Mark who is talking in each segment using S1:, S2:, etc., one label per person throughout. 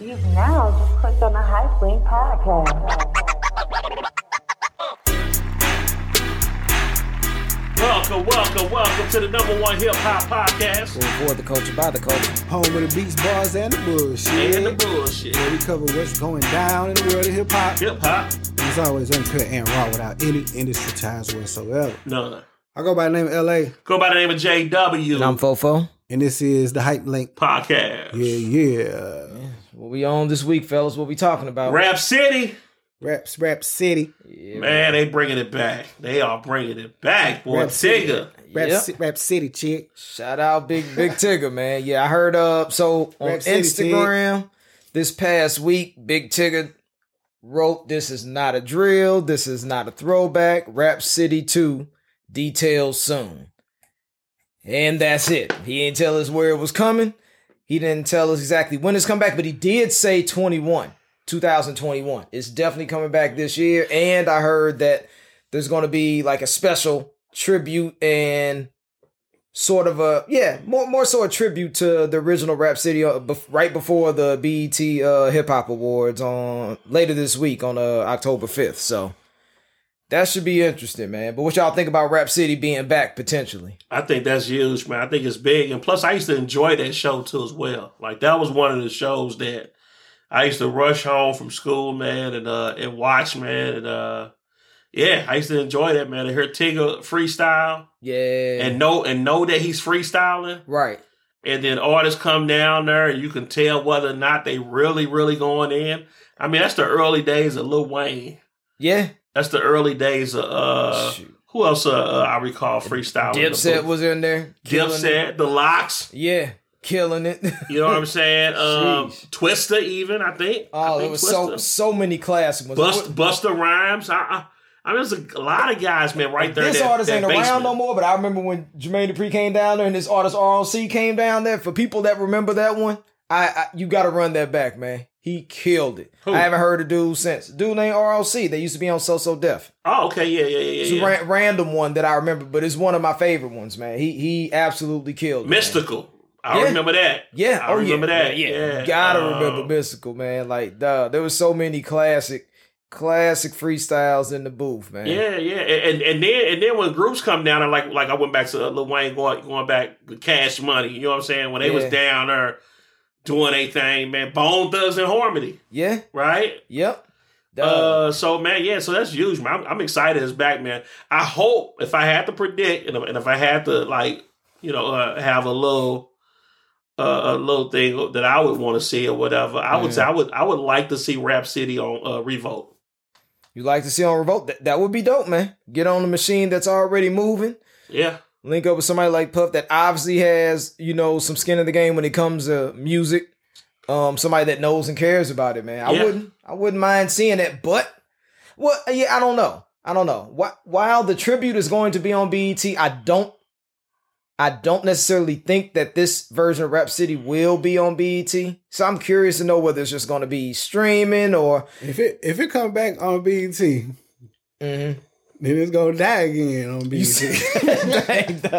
S1: You've now just clicked on the High Flame Podcast.
S2: Welcome, welcome, welcome to the number one hip hop podcast
S3: For the culture, by the culture.
S4: Home of the beats, bars, and the bullshit.
S2: and the bullshit.
S4: Where we cover what's going down in the world of hip hop.
S2: Hip hop,
S4: It's always uncut and raw without any industry ties whatsoever.
S2: none.
S4: I go by the name of LA,
S2: Go by the name of JW
S3: And I'm Fofo.
S4: and this is the Hype Link.
S2: podcast.
S4: Yeah, yeah.
S3: What we on this week, fellas? What we talking about?
S2: Rap City,
S4: Raps, Rap City.
S3: Yeah,
S2: man, they bringing it back. They are bringing it back, boy.
S4: Rap City.
S2: Tigger,
S4: Rap,
S3: Yep.
S4: Ci- Rap City, chick.
S3: Shout out Big Big Tigger, man. Yeah, I heard uh so on
S4: Rap City,
S3: Instagram this past week, Big Tigger wrote this is not a drill, this is not a throwback. Rap City 2 details soon. And that's it. He didn't tell us where it was coming. He didn't tell us exactly when it's come back, but he did say 21, 2021. It's definitely coming back this year. And I heard that there's going to be like a special tribute and sort of a yeah more more so a tribute to the original rap city uh, bef- right before the BET uh, hip hop awards on later this week on uh, October 5th so that should be interesting man but what y'all think about rap city being back potentially
S2: I think that's huge, man. I think it's big, and plus, I used to enjoy that show too, as well. Like that was one of the shows that I used to rush home from school, man, and uh, and watch, man, and uh, yeah, I used to enjoy that, man. To hear Tigger freestyle
S3: yeah
S2: and know and know that he's freestyling.
S3: right
S2: and then artists come down there and you can tell whether or not they really really going in i mean that's the early days of lil wayne
S3: yeah
S2: that's the early days of uh
S3: Shoot.
S2: who else uh, uh, i recall freestyling in the
S3: Dipset
S2: booth?
S3: was in there killing it.
S2: dipset the locks
S3: yeah killing it
S2: you know what i'm saying um
S3: Sheesh.
S2: twister even i think I
S3: oh
S2: think
S3: there was so
S2: Twista.
S3: so many classic ones
S2: bust buster rhymes I, I i mean there's a lot of guys man right there
S3: this
S2: that,
S3: artist
S2: that
S3: ain't around
S2: basement.
S3: no more, but I remember when Jermaine Dupri came down there and this artist RLC came down there. For people that remember that one, I, I you got to run that back, man. He killed it.
S2: Who?
S3: I haven't heard a dude since. Dude named RLC. They used to be on So So Def.
S2: oh okay yeah yeah yeah,
S3: It's
S2: yeah.
S3: a ran- random one that I remember, but it's one of my favorite ones, man. He he absolutely killed it. man.
S2: mystical i
S3: Yeah.
S2: remember that
S3: Yeah,
S2: I
S3: oh,
S2: remember
S3: yeah.
S2: that.
S3: Yeah, yeah.
S2: Yeah.
S3: gotta
S2: Um,
S3: remember Mystical, man. Like, duh, there was so many classic, classic freestyles in the booth, man.
S2: Yeah, yeah, and and- and then and then when groups come down, and like like I went back to uh, Lil Wayne going going back to Cash Money. You know what I'm saying? When they was
S3: Yeah.
S2: down there doing their thing, man. Bone Thugs and Harmony,
S3: yeah,
S2: right?
S3: yep. Duh.
S2: Uh, so man, yeah, so that's huge, man. I'm, I'm excited it's back, man. I hope if I had to predict, and if, and if I had to like, you know, uh, have a little. Uh, a little thing that I would want to see or whatever. I would
S3: Yeah.
S2: say I would I would like to see Rap City on uh, Revolt.
S3: you like to see on Revolt, that, that would be dope, man. Get on the machine that's already moving.
S2: Yeah,
S3: Link up with somebody like Puff that obviously has, you know, some skin in the game when it comes to music. Um, somebody that knows and cares about it, man. I
S2: Yeah.
S3: wouldn't, I wouldn't mind seeing that, but well, yeah, I don't know. I don't know. Wh- While the tribute is going to be on BET, I don't, I don't necessarily think that this version of Rap City will be on BET. So I'm curious to know whether it's just going to be streaming or.
S4: If it if it come back on BET, then
S3: Mhm.
S4: it's gonna die again on E BET.
S3: You see-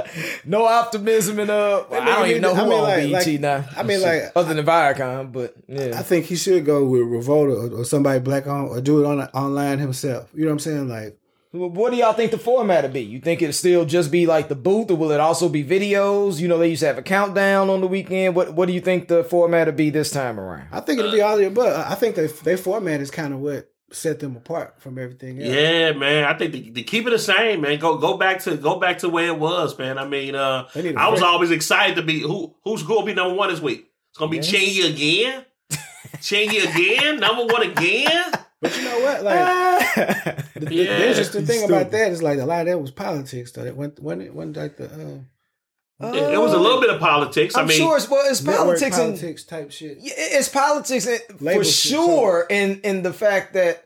S3: no optimism and uh, I don't even know who
S4: I mean,
S3: on
S4: like-
S3: BET
S4: like-
S3: now.
S4: I mean, like,
S3: other than Viacom, but yeah,
S4: I think he should go with Revolta or, or somebody black on or do it on online himself. You know what I'm saying? Like
S3: Wh- what do y'all think the format will be? You think it'll still just be like the booth, or will it also be videos? You know, they used to have a countdown on the weekend. What What do you think the format will be this time around?
S4: I think it'll be all of the above. I think they they format is kind of what set them apart from everything else.
S2: Yeah, man. I think to, to keep it the same, man. Go go back to go back to where it was, man. I mean, uh,
S4: They need a
S2: I was
S4: break.
S2: always excited to be who who's gonna be number one this week. It's gonna be Chingy again. Chingy again, number one again.
S4: But you know what? Like
S3: Ah!
S4: the, the,
S2: Yeah.
S4: the interesting thing
S3: Stupid.
S4: about that is like a lot of that was politics though. That went when it went like the uh,
S2: It, it was a little bit of politics. i
S3: Oh. I'm
S2: mean,
S3: sure it's well, it's
S4: network
S3: politics, and
S4: politics type shit.
S3: Yeah, it- it's politics and, for
S4: Label shit,
S3: sure, and in the fact that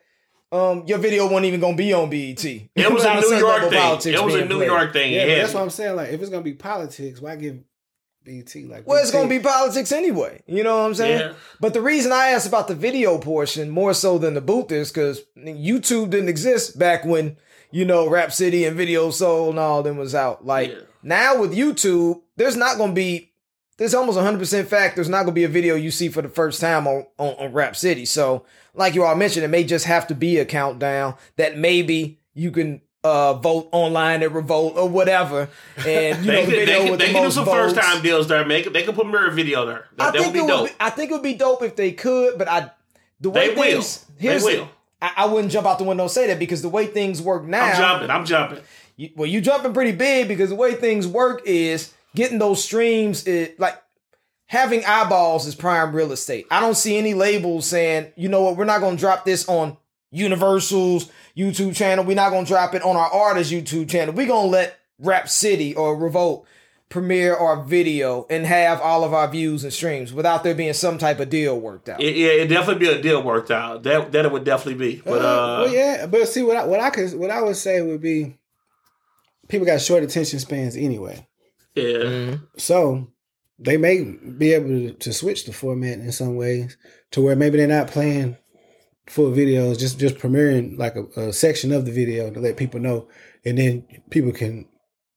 S3: um your video wasn't even gonna be on BET.
S2: it was a New York thing. It was a New York thing.
S4: Yeah,
S2: Yeah,
S4: but that's what I'm saying. Like if it's gonna be politics, why give BT like?
S3: Well, it's
S4: BET?
S3: gonna be politics anyway. You know what I'm saying?
S2: Yeah.
S3: But the reason I asked about the video portion more so than the booth is because YouTube didn't exist back when you know Rap City and Video Soul and all them was out. Like
S2: Yeah.
S3: now with YouTube, there's not gonna be there's almost 100% fact there's not going to be a video you see for the first time on, on, on Rap City. So, like you all mentioned, it may just have to be a countdown that maybe you can uh, vote online at Revolt or whatever. And you
S2: They
S3: know, the
S2: could,
S3: video
S2: they could,
S3: with
S2: they
S3: the
S2: could do
S3: most
S2: some
S3: votes.
S2: first time deals there. Make it- they could put mirror video there.
S3: I
S2: That, that
S3: think
S2: would be
S3: it
S2: dope.
S3: Would be, I think it would be dope if they could, but I the way
S2: They will.
S3: things
S2: They
S3: here's the-
S2: will.
S3: I, I wouldn't jump out the window and say that because the way things work
S2: I'm
S3: now,
S2: jumping. I'm jumping.
S3: you, well, you jumping pretty big because the way things work is getting those streams. It like having eyeballs is prime real estate. I don't see any labels saying, you know what, we're not going to drop this on Universal's YouTube channel. We're not going to drop it on our artist YouTube channel. We're going to let Rap City or Revolt premiere our video and have all of our views and streams without there being some type of deal worked out.
S2: It, yeah, it definitely be a deal worked out. That that it would definitely be. But uh,
S4: well, yeah, but see what I, what I could what I would say would be people got short attention spans anyway,
S2: yeah,
S4: so they may be able to, to switch the format in some ways to where maybe they're not playing full videos, just just premiering like a, a section of the video to let people know, and then people can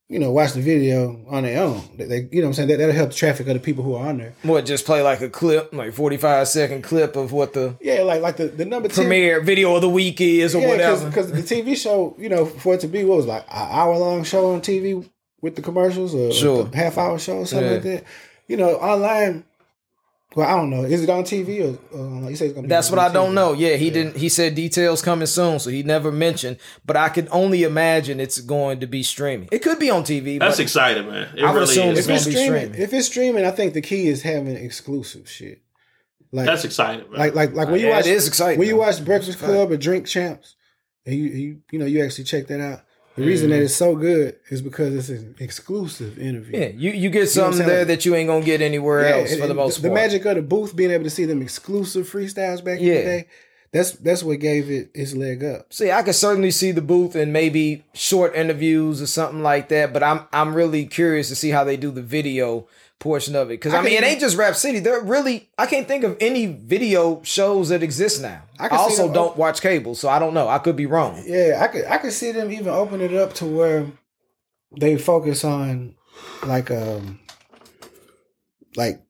S4: you know watch the video on their own. They, they- you know what I'm saying that that'll help the traffic of the people who are on there.
S3: What, just play like a clip, like 45 second clip of what the
S4: Yeah, like like the the number ten.
S3: premiere video of the week is or whatever.
S4: because the TV show, you know, for it to be what was like an hour long show on TV with the commercials or
S3: Sure.
S4: a half hour show or something
S3: Yeah.
S4: like that. You know, online. Well, I don't know. Is it on TV or uh, like you say? It's gonna be
S3: That's
S4: on
S3: what I don't
S4: TV?
S3: know. Yeah, he didn't. He said details coming soon, so he never mentioned. But I can only imagine it's going to be streaming. It could be on TV.
S2: that's
S3: but
S2: exciting, man. It
S3: I would
S2: really
S3: assume
S2: is.
S4: If
S3: gonna
S4: it's
S3: be
S4: streaming,
S3: streaming.
S4: if it's streaming, I think the key is having exclusive shit. Like
S2: That's exciting, man.
S4: like like like when you
S3: Yeah,
S4: watch
S3: it is exciting.
S4: when you watch Breakfast Club or Drink Champs, and you you you know you actually check that out. The reason that it's so good is because it's an exclusive interview.
S3: Mm-hmm. yeah, you, you get
S4: know what I'm
S3: something
S4: saying?
S3: there that you ain't gonna get anywhere
S4: Yeah,
S3: else for
S4: and-
S3: the
S4: and
S3: most
S4: The
S3: part.
S4: magic of the booth being able to see them exclusive freestyles back in
S3: Yeah.
S4: the day. That's that's what gave it its leg up.
S3: See, I could certainly see the booth and maybe short interviews or something like that. But I'm I'm really curious to see how they do the video portion of it because I,
S4: can
S3: mean it
S4: even-
S3: ain't just Rap City. They're really I can't think of any video shows that exist now. I,
S4: I can see
S3: also
S4: them-
S3: don't watch cable, so I don't know. I could be wrong.
S4: Yeah, I could I could see them even open it up to where they focus on like um like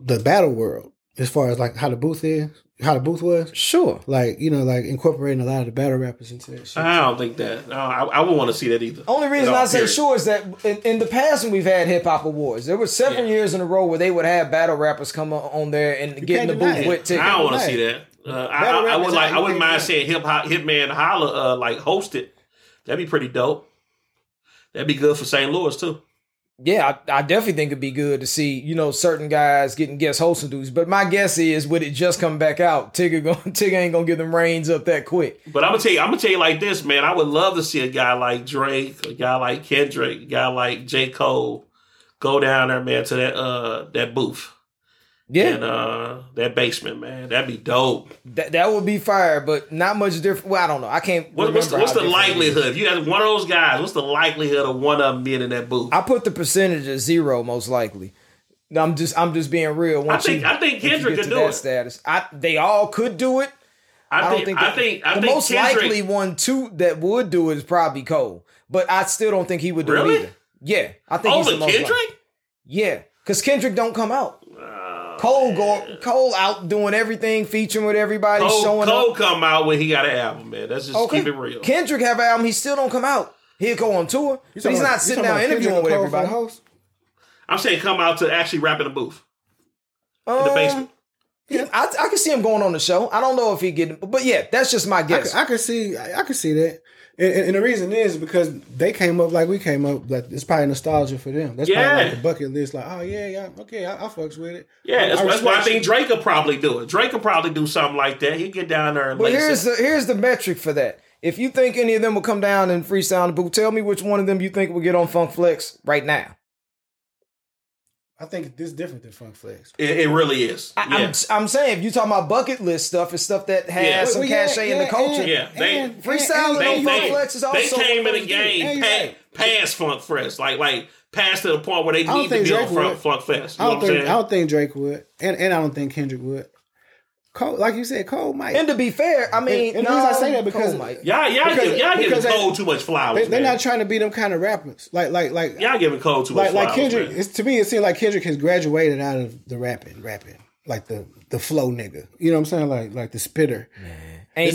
S4: the battle world as far as like how the booth is, how the booth was.
S3: Sure.
S4: Like, you know, like incorporating a lot of the battle rappers into that shit.
S2: I don't think that. No, I, I wouldn't want to see that either.
S3: Only reason
S2: At all,
S3: I say
S2: period.
S3: sure is that in, in the past when we've had hip hop awards, there were several
S2: Yeah.
S3: years in a row where they would have battle rappers come on- on there and get in
S4: can't
S3: the booth
S4: deny it.
S3: with tickets.
S2: I don't want to
S4: Right.
S2: see that. Uh, I,
S4: Battle
S2: I, I
S4: rap
S2: would
S4: is
S2: like.
S4: how
S2: I
S4: you
S2: wouldn't
S4: make
S2: mind
S4: it.
S2: seeing hip hop hitman holla uh, like host it. That'd be pretty dope. That'd be good for St. Louis too.
S3: Yeah, I, I definitely think it'd be good to see you know certain guys getting guest hosting dudes. But my guess is, would it just come back out? Tigger going Tigger ain't gonna give them reins up that quick.
S2: But I'm gonna tell you, I'm gonna tell you like this, man. I would love to see a guy like Drake, a guy like Kendrick, a guy like J. Cole go down there, man, to that uh that booth
S3: Yeah,
S2: and uh that basement, man. That'd be dope.
S3: that that would be fire, but not much different. Well, I don't know. I can't.
S2: What, what's the,
S3: remember
S2: what's
S3: how
S2: the
S3: different it is.
S2: likelihood? If you had one of those guys, what's the likelihood of one of them being in that booth?
S3: I put the percentage at zero, most likely. I'm just I'm just being real. Once
S2: think-
S3: you-
S2: I think
S3: if you
S2: Kendrick
S3: get
S2: could
S3: to
S2: do
S3: that
S2: it.
S3: Status, I they all could do it. I don't think.
S2: I
S3: that-
S2: think. I
S3: the
S2: think
S3: most
S2: Kendrick-
S3: likely one too that would do it is probably Cole, but I still don't think he would do
S2: Really?
S3: it either. Yeah, I think he's the
S2: Over
S3: most likely.
S2: Kendrick?
S3: Yeah, because Kendrick don't come out.
S2: Oh,
S3: Cole go Cole out doing everything, featuring with everybody,
S2: Cole,
S3: showing
S2: Cole
S3: up.
S2: come out when he got an album, man. Let's just
S3: Okay.
S2: keep it real.
S3: Kendrick have an album, he still don't come out. He'll go on tour, but he's
S4: talking about-
S3: not
S4: you talking
S3: sitting down
S4: about Kendrick
S3: interviewing with
S4: Lamar for the
S3: everybody.
S4: host?
S2: I'm saying come out to actually rap in the booth, in the
S3: Um,
S2: basement.
S3: I, I can see him going on the show. I don't know if he get, but yeah, that's just my
S4: I
S3: guess.
S4: could- I, could see, I, I could see that, and, and, and the reason is because they came up like we came up. Like it's probably nostalgia for them. That's probably
S2: Yeah.
S4: like the bucket list. Like, oh yeah, yeah, okay, I, I fucks with it.
S2: Yeah, that's,
S4: I
S2: that's why I
S4: respect
S2: think Drake will probably do it. Drake will probably do something like that. He'd get down there and
S3: but
S2: lace
S3: here's
S2: it.
S3: the here's the metric for that. If you think any of them will come down and freestyle in the booth, tell me which one of them you think will get on Funk Flex right now.
S4: I think this is different than Funk Flex.
S2: It, it really is.
S3: I,
S2: yeah.
S3: I'm, I'm saying if you talking about bucket list stuff, it's stuff that has
S2: Yeah.
S3: some
S4: Well, yeah,
S3: cachet in the
S4: yeah,
S3: culture.
S4: and-
S2: Yeah, they-
S4: and-
S3: Freestyle
S4: and-
S3: and
S2: they,
S4: and-
S3: Funk
S2: they,
S3: Flex is
S2: they
S3: also
S2: came in
S3: what
S2: the
S4: do.
S3: they
S2: game
S4: Yeah,
S2: pa-
S4: you're right.
S2: past Funk Fest, like like past to the point where they
S4: don't
S2: need to
S4: think
S2: be on
S4: Drake
S2: Funk,
S4: would.
S2: Funk Fest. You
S4: I
S2: know what
S4: don't
S2: I'm
S4: think I
S2: saying?
S4: don't think Drake would, and and I don't think Kendrick would. Cold, like you said, cold Mike.
S3: And to be fair, I mean,
S4: and the
S3: no,
S4: reason I say that because-
S3: Cole Mike.
S2: Y'all, y'all,
S4: Because-
S2: give, y'all giving
S4: because they-
S2: Cole too much
S4: they,
S2: flowers.
S4: they're
S2: man.
S4: not trying to be them kind of rappers. Like like like
S2: y'all giving Cole too
S4: like
S2: much
S4: like
S2: flowers.
S4: Kendrick.
S2: man.
S4: It's, to me, it seems like Kendrick has graduated out of the rapping, rapping like the the flow nigga. You know what I'm saying? Like like the spitter.
S3: Ain't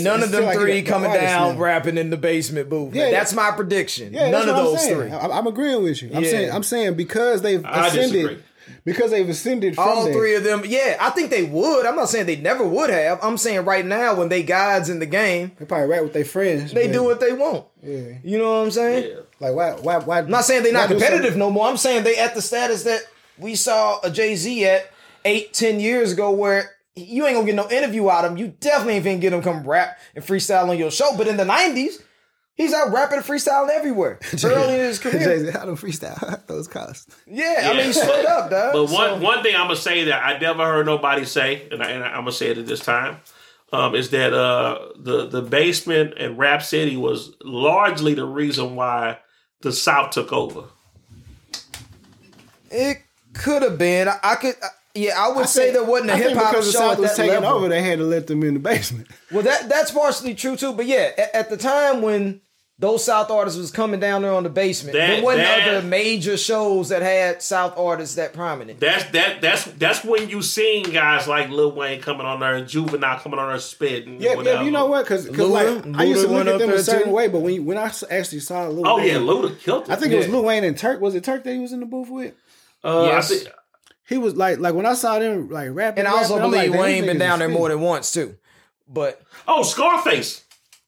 S4: It's-
S3: none
S4: it's
S3: of them
S4: still like
S3: three
S4: an
S3: coming
S4: artist
S3: down
S4: now.
S3: rapping in the basement booth.
S4: Yeah,
S3: that's my prediction.
S4: Yeah,
S3: none
S4: that's
S3: of
S4: what I'm
S3: those
S4: saying.
S3: three.
S4: I, am agreeing with you. I'm
S3: Yeah.
S4: saying I'm saying because they've
S2: I disagree.
S4: ascended, because they've ascended from
S3: All
S4: there.
S3: three of them, yeah, I think they would. I'm not saying they never would have. I'm saying right now, when they guys in the game,
S4: They probably rap with their friends.
S3: they
S4: but-
S3: do what they want.
S4: Yeah.
S3: You know what I'm saying?
S2: Yeah.
S4: Like why why why?
S3: I'm not saying they're not
S4: why do
S3: competitive
S4: something-
S3: no more. I'm saying they at the status that we saw a Jay Z at eight, ten years ago, where you ain't gonna get no interview out of him. You definitely ain't gonna get him come rap and freestyle on your show. But in the '90s, he's out rapping and freestyling everywhere. Early in his career,
S4: Jay-Z, how do freestyle those costs?
S3: yeah, I mean,
S2: Yeah.
S3: straight up, dog.
S2: But
S3: So-
S2: one one thing I'm gonna say that I never heard nobody say, and, I, and I, I'm gonna say it at this time, um, is that uh, the the basement and Rap City was largely the reason why the South took over.
S3: it could have been. I, I could. I, yeah, I would
S4: I
S3: say
S4: think-
S3: there wasn't a
S4: I think
S3: hip hop
S4: because the
S3: show
S4: South
S3: at
S4: was
S3: that
S4: taking
S3: level.
S4: over. They had to let them in the basement.
S3: Well, that that's partially true too. But yeah, at, at the time when those South artists was coming down there on the basement,
S2: That-
S3: there wasn't
S2: that-
S3: other major shows that had South artists that prominent.
S2: That's that that's that's when you seen guys like Lil Wayne coming on there and Juvenile coming on there spitting.
S4: Yeah, yeah.
S2: whatever.
S4: You know what? Because
S3: Luda-
S4: like I used to
S3: Luda
S4: look
S3: went
S4: at
S3: up
S4: them a
S3: there,
S4: certain
S3: too.
S4: way, but when when I s- actually saw Lil,
S2: Oh
S4: Wayne,
S2: yeah, Luda killed it.
S4: I think it was
S3: Yeah.
S4: Lil Wayne and Turk. Was it Turk that he was in the booth with?
S2: Uh,
S3: Yes.
S2: I think,
S4: He was like like when I saw them like rapping,
S3: And I also
S4: rapping, I'm
S3: believe
S4: like, damn,
S3: Wayne
S4: these
S3: been
S4: niggas
S3: down there
S4: is
S3: more than once too. But
S2: oh, Scarface.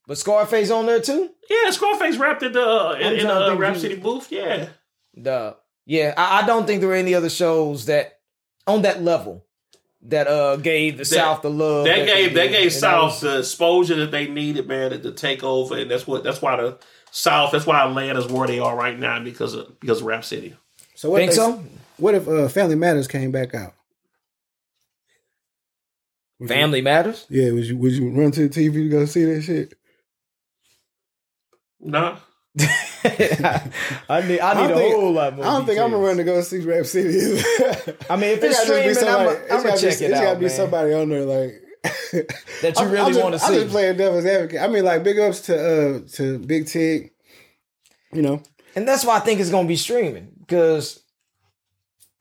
S3: but Scarface on there too.
S2: Yeah, Scarface rapped at the uh, in, in
S4: trying to
S2: the uh,
S4: think
S2: Rap
S4: who-
S2: City booth. Yeah,
S3: Duh. Yeah, I, I don't think there were any other shows that on that level that uh gave the South the love.
S2: that
S3: they
S2: gave that
S3: Oh, did.
S2: gave
S3: And that was-
S2: South the exposure that they needed, man, to, to take over, and that's what that's why the South, that's why Atlanta's where they are right now because of because of Rap City.
S4: So what
S3: Think
S4: if they-
S3: so?
S4: What if uh, Family Matters came back out? Would you-
S3: Family matters.
S4: yeah, would you would you run to the TV to go see that shit?
S2: No,
S3: I need I need a
S4: think-
S3: whole lot
S4: I
S3: more.
S4: don't think I'm gonna
S3: details.
S4: run to go see Rap City. Either.
S3: I mean, if
S4: It
S3: it's
S4: gotta just be
S3: streaming, I'm
S4: somebody-
S3: gonna
S4: it's gotta
S3: I'm gonna
S4: be-
S3: check it
S4: It's
S3: out.
S4: gotta be
S3: man.
S4: somebody on there like
S3: That you
S4: I'm-
S3: really
S4: I'm just-
S3: wanna
S4: I'm
S3: see.
S4: just playing devil's advocate. I mean, like big ups to uh to Big Tig. You know,
S3: And that's why I think it's gonna be streaming because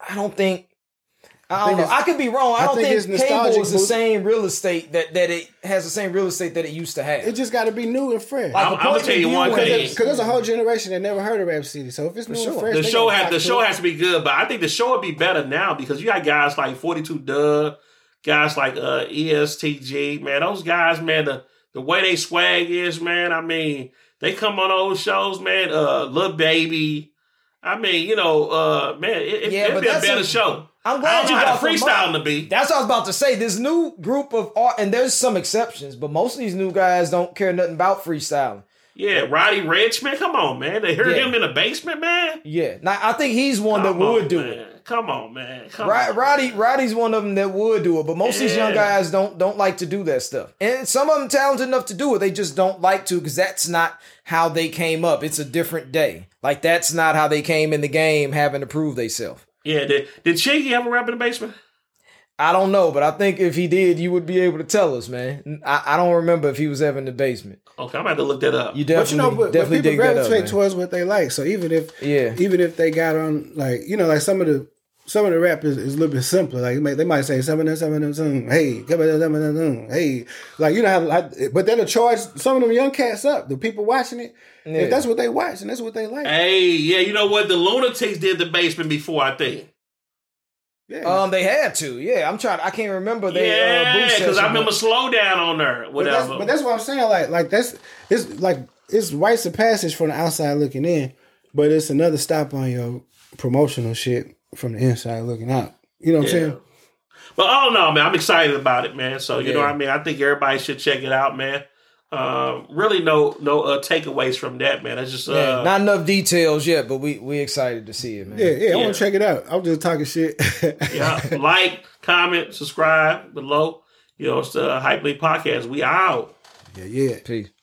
S3: I don't think
S4: think
S3: I, don't know.
S4: it's-
S3: I could be wrong. I,
S4: I
S3: don't
S4: think
S3: think,
S4: it's nostalgic
S3: cable is the
S4: boost.
S3: same real estate that that it has the same real estate that it used to have.
S4: it just got to be new and fresh.
S3: Like,
S2: I'm, I'm gonna tell you one
S3: Appointment
S2: thing.
S3: viewing.
S4: Because there's a whole generation that never heard of Rap City. So if it's new and
S3: sure.
S4: fresh,
S2: the
S4: they
S2: show
S4: gonna
S2: has the
S4: rock
S2: show
S4: to it.
S2: has to be good, but I think the show would be better now because you got guys like Forty Two Doug, guys like uh, ESTG, man. Those guys, man, the the way they swag is, man. I mean, they come on those shows, man. Uh, Lil Baby. I mean, you know, uh, man, it, it,
S3: Yeah,
S2: it'd
S3: but
S2: be a
S3: that's
S2: better
S3: a-
S2: show.
S3: I'm
S2: I
S3: glad
S2: don't
S3: you
S2: know how
S3: brought
S2: to
S3: them
S2: freestyle
S3: up.
S2: to be.
S3: That's what I was about to say. This new group of art, and there's some exceptions, but most of these new guys don't care nothing about freestyling.
S2: Yeah, Roddy Rich, man, come on, man. They hear
S3: Yeah.
S2: him in the basement, man.
S3: Yeah, now I think he's one
S2: Come
S3: that
S2: on,
S3: would do
S2: man.
S3: it.
S2: Come on, man. Come
S3: Rod-
S2: on.
S3: Roddy, Roddy's one of them that would do it, but most of these young
S2: Yeah.
S3: guys don't don't like to do that stuff. And some of them talented enough to do it, they just don't like to because that's not how they came up. It's a different day. Like that's not how they came in the game, having to prove themselves.
S2: Yeah, did, did Chiggy have a rap in the basement?
S3: I don't know, but I think if he did, you would be able to tell us, man. I, I don't remember if he was ever in the basement.
S2: Okay, I'm about to look that up.
S3: You
S4: But you
S3: definitely
S4: know, but, but
S3: definitely
S4: people
S3: dig that up.
S4: gravitate
S3: man.
S4: towards what they like. So even if
S3: Yeah.
S4: even if they got on like you know like some of the some of the rap is, is a little bit simpler. Like you may, they might say some of them, some of them, some of them, hey, come on, some of them, some of them, hey, like you know how. Like, but then the charge some of them young cats up. The people watching it,
S3: Yeah.
S4: if that's what they watch and that's what they like.
S2: Hey, yeah, you know what? The Lunatics did the basement before, I think.
S4: Yeah.
S3: Um, they had to. Yeah, I'm trying. I can't remember. They, uh, booth
S2: yeah, because
S3: session,
S2: I
S3: but-
S2: remember Slowdown on there,
S4: But that's,
S2: whatever.
S4: but that's what I'm saying. Like, like that's it's like it's rites of passage from the outside looking in, but it's another stop on your promotional shit from the inside looking out. You know what
S2: Yeah.
S4: I'm saying?
S2: But I don't know, man. I'm excited about it, man. So you know
S3: Yeah.
S2: what I mean. I think everybody should check it out, man. Um, really, no, no uh, takeaways from that, man. That's just uh,
S3: Yeah, not enough details yet, but we we excited to see it, man.
S4: Yeah, yeah. I
S2: Yeah.
S4: want to check it out. I'm just talking shit.
S2: yeah, like, comment, subscribe below. You know, it's the Hype League podcast. We out.
S4: yeah, yeah.
S3: Peace.